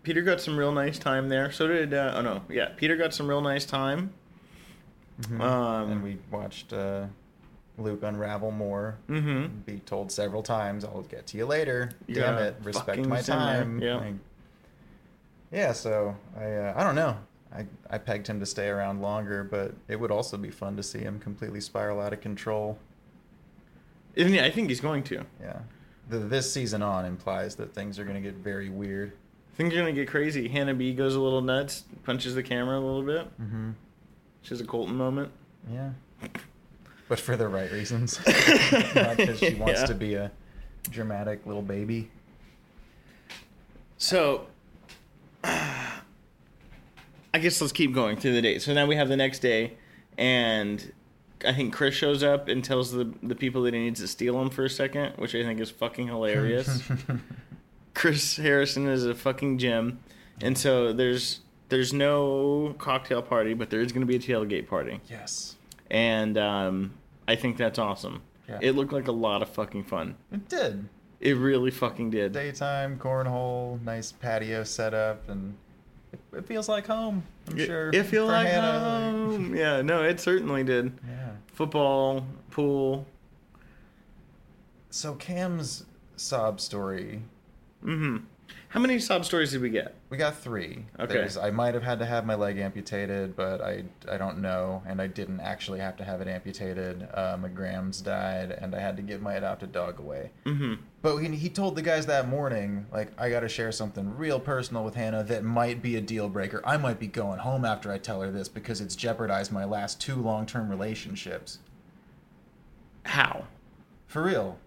A: Peter got some real nice time there. So did uh, oh no, yeah, Peter got some real nice time.
B: Mhm.
A: Um,
B: and we watched uh, Luke unravel more.
A: Mm-hmm.
B: Be told several times, "I'll get to you later."
A: Yeah,
B: Damn it! Respect
A: fucking
B: my
A: sinner.
B: time.
A: Yeah.
B: Like, yeah. So I, uh, I don't know. I, I pegged him to stay around longer, but it would also be fun to see him completely spiral out of control.
A: Isn't he? I think he's going to.
B: Yeah. The this season on implies that things are going to get very weird.
A: Things are gonna get crazy. Hannah B goes a little nuts, punches the camera a little bit.
B: Mm-hmm.
A: Which is a Colton moment.
B: Yeah. But for the right reasons. Not because she wants
A: Yeah.
B: to be a dramatic little baby.
A: So, [SIGHS] I guess let's keep going through the date. So now we have the next day, and I think Chris shows up and tells the the people that he needs to steal them for a second, which I think is fucking
B: [LAUGHS]
A: hilarious. Chris Harrison is a fucking gem, and so there's there's no cocktail party, but there is going to be a tailgate party,
B: yes.
A: and um, I think that's awesome.
B: Yeah.
A: It looked like a lot of fucking fun.
B: It did.
A: It really fucking did.
B: Daytime, cornhole, nice patio setup, and it, it feels like home, I'm
A: It-
B: sure.
A: It feel
B: for
A: like
B: Hannah, like- [LAUGHS]
A: home. yeah, no, it certainly did.
B: Yeah.
A: Football, pool.
B: So Cam's sob story,
A: hmm How many sob stories did we get?
B: we got three.
A: Okay.
B: There's, I might have had to have my leg amputated, but I, I don't know, and I didn't actually have to have it amputated. Uh, my grams died, and I had to give my adopted dog away.
A: hmm
B: But when he told the guys that morning, like, I gotta share something real personal with Hannah that might be a deal breaker. I might be going home after I tell her this because it's jeopardized my last two long term relationships.
A: How?
B: For real.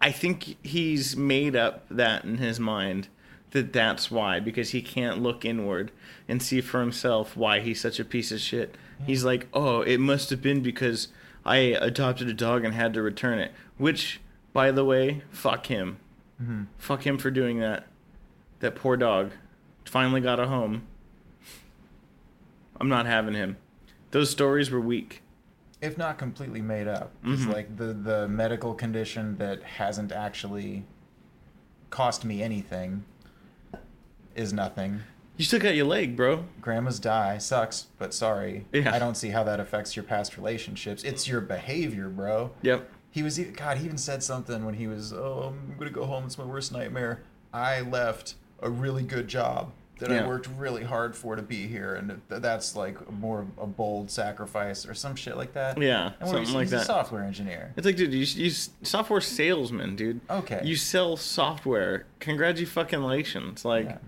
A: I think he's made up that in his mind that that's why because he can't look inward and see for himself why he's such a piece of shit. He's like, "Oh, it must have been because I adopted a dog and had to return it." Which, by the way, fuck him.
B: Mhm.
A: Fuck him for doing that. That poor dog finally got a home. I'm not having him. Those stories were weak.
B: If not completely made up. It's
A: Mhm.
B: like the, the medical condition that hasn't actually cost me anything is nothing.
A: You still got your leg, bro.
B: Grandma's die sucks, but sorry.
A: Yeah.
B: I don't see how that affects your past relationships. It's your behavior, bro.
A: Yep.
B: He was even, God. He even said something when he was, "Oh, I'm gonna go home. It's my worst nightmare. I left a really good job that
A: Yeah.
B: I worked really hard for to be here, and th- that's like more of a bold sacrifice or some shit like that."
A: Yeah,
B: and what,
A: something
B: he's,
A: like
B: he's
A: that.
B: a software engineer.
A: It's like, dude, you, you software salesman, dude.
B: Okay.
A: You sell software. Congratulations. Like,
B: Yeah.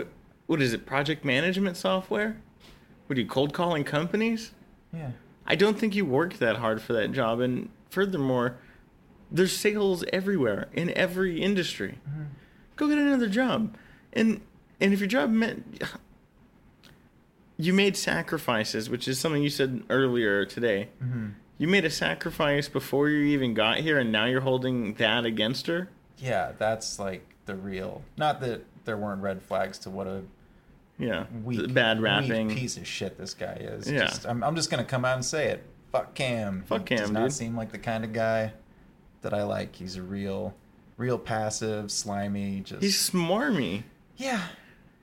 A: wh- what is it? Project management software? What are you cold calling companies?
B: Yeah.
A: I don't think you worked that hard for that job. And furthermore, there's sales everywhere in every industry.
B: Mm-hmm.
A: Go get another job. And and if your job meant you made sacrifices, which is something you said earlier today.
B: Mm-hmm.
A: You made a sacrifice before you even got here, and now you're holding that against her.
B: Yeah, that's like the real. Not that there weren't red flags to what a
A: Yeah,
B: weak,
A: The bad
B: weak
A: rapping.
B: piece of shit this guy is.
A: Yeah.
B: Just, I'm, I'm just gonna come out and say it. Fuck Cam.
A: Fuck
B: he Does
A: Cam,
B: not
A: dude.
B: seem like the kind of guy that I like. He's a real, real passive, slimy. Just
A: He's smarmy.
B: yeah.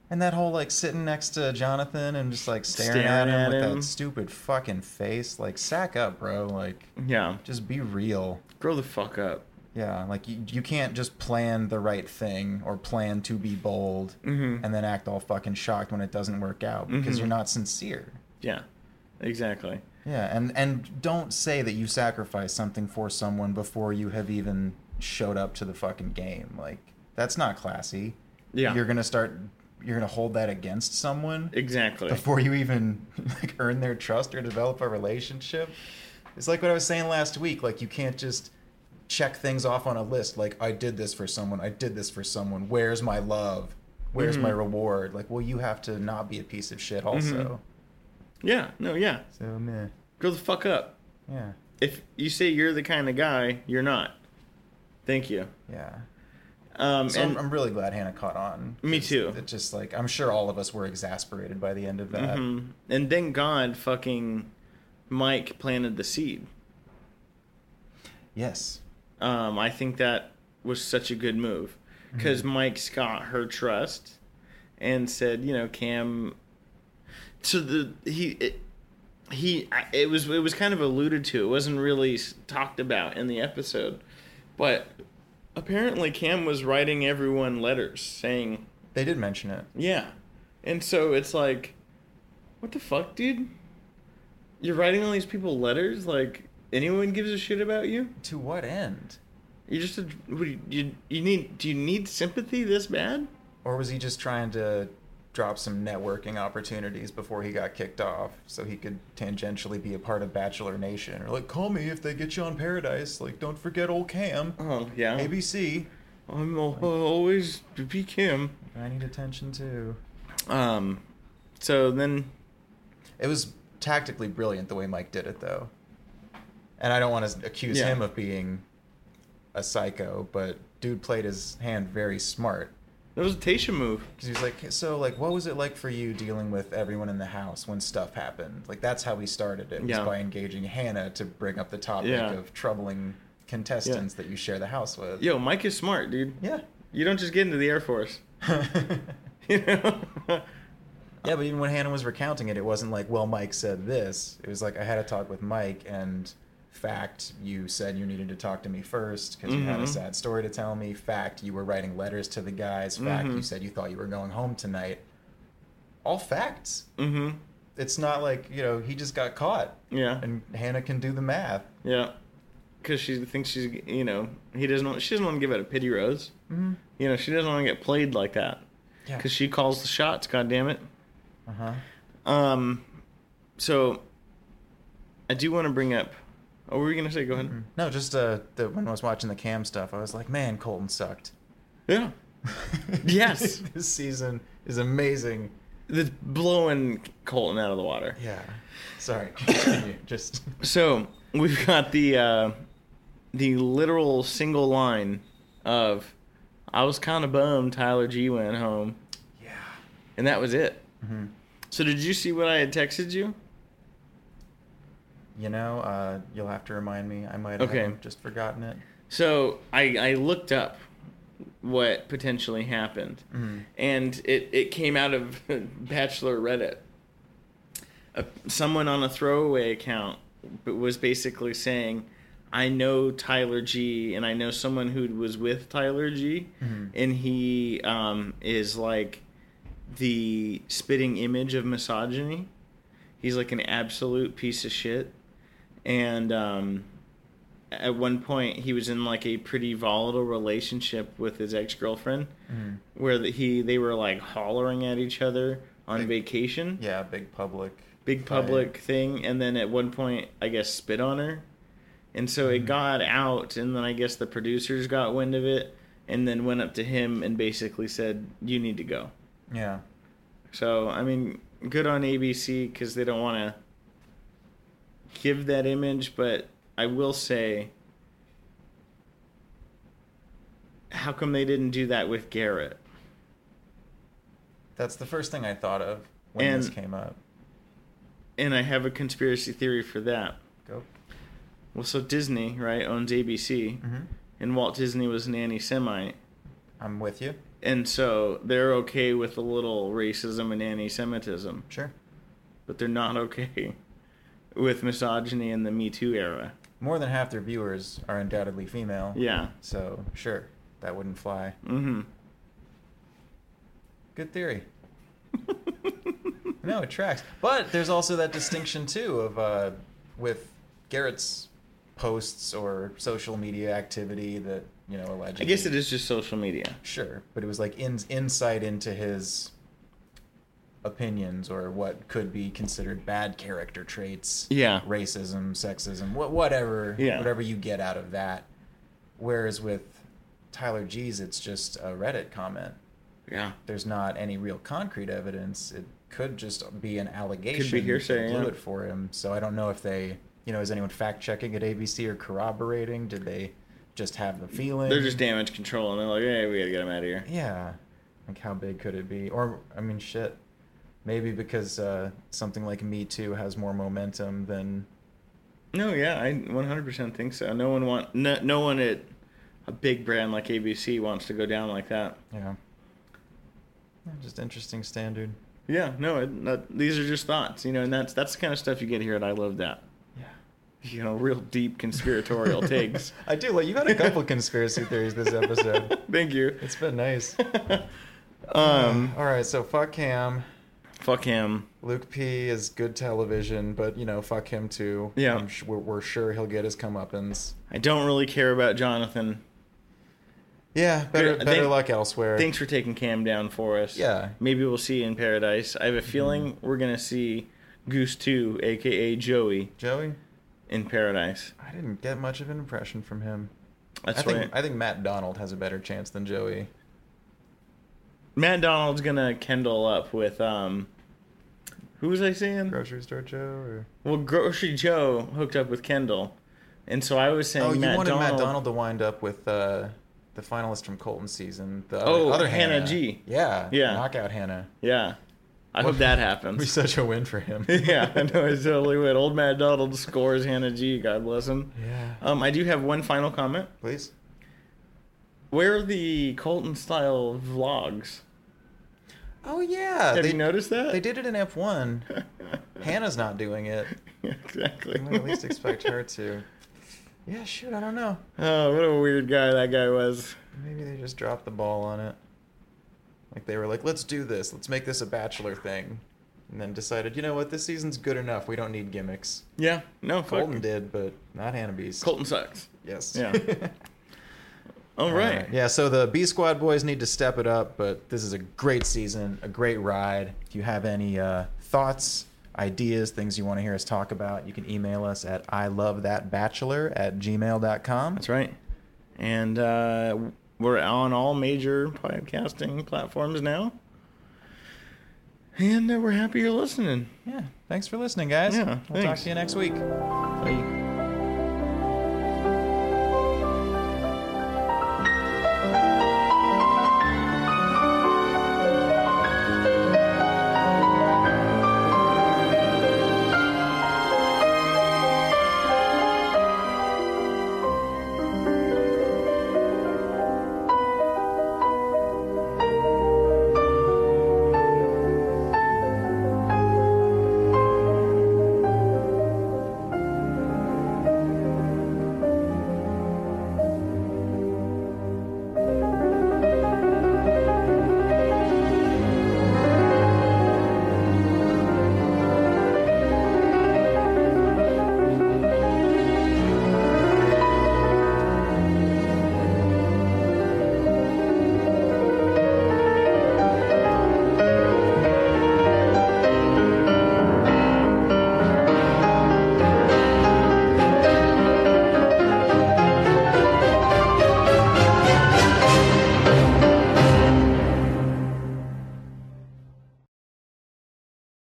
B: And that whole like sitting next to Jonathan and just like staring,
A: Staring
B: at him
A: at
B: with
A: him.
B: that stupid fucking face. Like sack up, bro. Like
A: Yeah,
B: just be real.
A: grow the fuck up.
B: Yeah, like you, you can't just plan the right thing or plan to be bold
A: Mhm.
B: and then act all fucking shocked when it doesn't work out because
A: Mhm.
B: you're not sincere.
A: Yeah, exactly.
B: Yeah, and and don't say that you sacrificed something for someone before you have even showed up to the fucking game. Like that's not classy.
A: Yeah,
B: You're going to start you're going to hold that against someone
A: exactly.
B: before you even [LAUGHS] like earn their trust or develop a relationship. It's like what I was saying last week. Like you can't just check things off on a list. Like I did this for someone. I did this for someone. Where's my love? Where's my
A: Mhm.
B: reward? Like, well, you have to not be a piece of shit,
A: Mm-hmm.
B: also.
A: Yeah, no, yeah,
B: So meh.
A: grow the fuck up.
B: Yeah.
A: If you say you're the kind of guy, you're not. Thank you.
B: Yeah.
A: Um,
B: So
A: and
B: I'm, I'm really glad Hannah caught on.
A: Me
B: 'cause
A: too.
B: It just like I'm sure all of us were exasperated by the end of that.
A: mhm. and thank God, fucking Mike planted the seed.
B: Yes.
A: Um, I think that was such a good move because Mike's got her trust and said, you know, Cam. So the he it, he I- it was it was kind of alluded to. It wasn't really s- talked about in the episode, but apparently Cam was writing everyone letters saying,
B: They did mention it.
A: yeah, and so it's like, what the fuck, dude? You're writing all these people letters like anyone gives a shit about you.
B: To what end?
A: You just a, what, do you, you you need do you need sympathy this bad?
B: Or was he just trying to drop some networking opportunities before he got kicked off so he could tangentially be a part of Bachelor Nation? Or like, call me if they get you on Paradise. Like, don't forget old Cam.
A: Oh yeah,
B: ABC.
A: I'm al- always be Kim.
B: I need attention too.
A: Um, so then
B: It was tactically brilliant the way Mike did it, though. And I don't want to accuse
A: Yeah.
B: him of being a psycho, but dude played his hand very smart.
A: that was a Tasha move.
B: Because he was like, so, like, what was it like for you dealing with everyone in the house when stuff happened? Like, that's how we started it, was
A: Yeah.
B: by engaging Hannah to bring up the topic
A: Yeah.
B: of troubling contestants that you share the house with.
A: Yo, Mike is smart, dude.
B: Yeah. [LAUGHS]
A: You don't just get into the Air Force. [LAUGHS]
B: yeah,
A: You
B: [LAUGHS]
A: know?
B: but even when Hannah was recounting it, it wasn't like, well, Mike said this. It was like, I had a talk with Mike, and fact, you said you needed to talk to me first because you had a
A: Mhm.
B: sad story to tell me. Fact, you were writing letters to the guys. Fact,
A: Mhm.
B: you said you thought you were going home tonight. All facts.
A: mm-hmm.
B: It's not like, you know, he just got caught,
A: Yeah.
B: and Hannah can do the math.
A: Yeah. Because she thinks she's you know he doesn't want she doesn't want to give out a pity rose.
B: Mm-hmm.
A: You know she doesn't want to get played like that.
B: Yeah.
A: Because she calls the shots. God damn it.
B: Uh huh.
A: Um, so I do want to bring up. Oh, what were you gonna say? Go ahead.
B: No, just uh, the, when I was watching the cam stuff, I was like, man, Colton sucked. [LAUGHS]
A: Yeah, Yes.
B: this season is amazing.
A: that's blowing Colton out of the water.
B: Yeah.
A: [COUGHS]
B: Sorry. continue. Just
A: So we've got the uh, the literal single line of "I was kind of bummed Tyler G went home,"
B: yeah.
A: and that was it.
B: hmm
A: So did you see what I had texted you?
B: You know, uh, you'll have to remind me. I might have
A: Okay.
B: um, just forgotten it.
A: So I I looked up what potentially happened.
B: Mhm.
A: and it, it came out of [LAUGHS] Bachelor Reddit. A, someone on a throwaway account b- was basically saying, I know Tyler G, and I know someone who was with Tyler G,
B: Mhm.
A: and he um, is like the spitting image of misogyny. He's like an absolute piece of shit. And um, at one point he was in like a pretty volatile relationship with his ex girlfriend,
B: Mhm.
A: where the, he they were like hollering at each other on
B: Big-
A: vacation,
B: Yeah, big public.
A: big
B: fight.
A: public thing, and then at one point I guess spit on her, and so it
B: Mhm.
A: got out, and then I guess the producers got wind of it, and then went up to him and basically said, "You need to go."
B: Yeah.
A: So I mean, good on ABC because they don't want to give that image. But I will say, how come they didn't do that with Garrett?
B: That's the first thing I thought of when this
A: And-
B: came up.
A: And I have a conspiracy theory for that.
B: Go.
A: Well, so Disney, right, owns ABC,
B: Mhm.
A: and Walt Disney was an anti-Semite,
B: I'm with you.
A: and so they're okay with a little racism and anti-Semitism,
B: Sure.
A: but they're not okay [LAUGHS] with misogyny and the Me Too era.
B: More than half their viewers are undoubtedly female.
A: Yeah.
B: So, sure, that wouldn't fly.
A: Mm-hmm.
B: Good theory. No, it tracks. But there's also that distinction too of uh, with Garrett's posts or social media activity that you know
A: I
B: allegedly.
A: guess it is just social media.
B: Sure, but it was like in, insight into his opinions or what could be considered bad character traits.
A: Yeah.
B: Racism, sexism, wha- whatever.
A: Yeah.
B: Whatever you get out of that. Whereas with Tyler G's, it's just a Reddit comment.
A: Yeah.
B: There's not any real concrete evidence. It could just be an allegation.
A: hearsay,
B: that blew
A: yeah.
B: it for him. So I don't know if they, you know, is anyone fact checking at ABC or corroborating? Did they just have the feeling?
A: They're just damage control, and they're like, hey, we gotta get him out of here.
B: Yeah. Like how big could it be? Or I mean shit. Maybe because uh, something like Me Too has more momentum than
A: No, yeah, I 100% think so. No one want no, no one at a big brand like ABC wants to go down like that.
B: yeah. Yeah, Just interesting standard.
A: Yeah, no, it, that, these are just thoughts, you know, and that's that's the kind of stuff you get here, and I love that.
B: Yeah.
A: You know, real deep
B: [LAUGHS]
A: conspiratorial takes.
B: I do like you've had a couple conspiracy theories this episode.
A: [LAUGHS] Thank you.
B: It's been nice.
A: [LAUGHS] um,
B: All right, so fuck Cam.
A: fuck him.
B: Luke P is good television, but you know, fuck him too.
A: Yeah.
B: I'm su- we're, we're sure he'll get his comeuppance.
A: I don't really care about Jonathan.
B: Yeah, better
A: Good.
B: better
A: Thank-
B: luck elsewhere.
A: Thanks for taking Cam down for us.
B: Yeah. Mm-hmm.
A: Maybe we'll see you in paradise. I have a feeling we're gonna see Goose Two, aka Joey,
B: Joey,
A: in paradise.
B: I didn't get much of an impression from him.
A: That's
B: I think
A: right.
B: I think Matt Donald has a better chance than Joey.
A: Matt Donald's gonna kindle up with um, who was I saying?
B: Grocery store Joe or
A: Well, Grocery Joe hooked up with Kendall, and so I was saying
B: Oh, you
A: Matt,
B: wanted
A: Donald,
B: Matt Donald to wind up with uh, the finalist from Colton season, the
A: Oh,
B: other
A: Hannah
B: Hannah.
A: G.
B: Yeah.
A: Yeah.
B: Knockout Hannah.
A: Yeah, I hope that happens.
B: Be such a win for him.
A: [LAUGHS] yeah, I know it's totally would. Old Matt Donald scores Hannah G. God bless him.
B: Yeah.
A: Um, I do have one final comment.
B: Please.
A: Where are the Colton style vlogs? [LAUGHS]
B: Oh yeah.
A: Have
B: they,
A: you noticed that?
B: They did it in
A: [LAUGHS]
B: F one. Hannah's not doing it.
A: exactly.
B: You might at least expect her to. Yeah, shoot, I don't know.
A: Oh, what a weird guy that guy was.
B: Maybe they just dropped the ball on it. Like they were like, let's do this, let's make this a bachelor thing. And then decided, you know what, this season's good enough. We don't need gimmicks.
A: Yeah. No. Fuck.
B: Colton did, but not Hannah Beast.
A: Colton sucks.
B: Yes.
A: Yeah.
B: [LAUGHS]
A: All right.
B: Alright. Yeah, so the B Squad boys need to step it up, but this is a great season, a great ride. If you have any uh, thoughts, ideas, things you want to hear us talk about, you can email us at I love that bachelor at gmail.com.
A: That's right. And uh, we're on all major podcasting platforms now. And uh, we're happy you're listening.
B: Yeah. Thanks for listening, guys.
A: Yeah,
B: We'll talk
A: thanks.
B: to you next week.
A: Bye.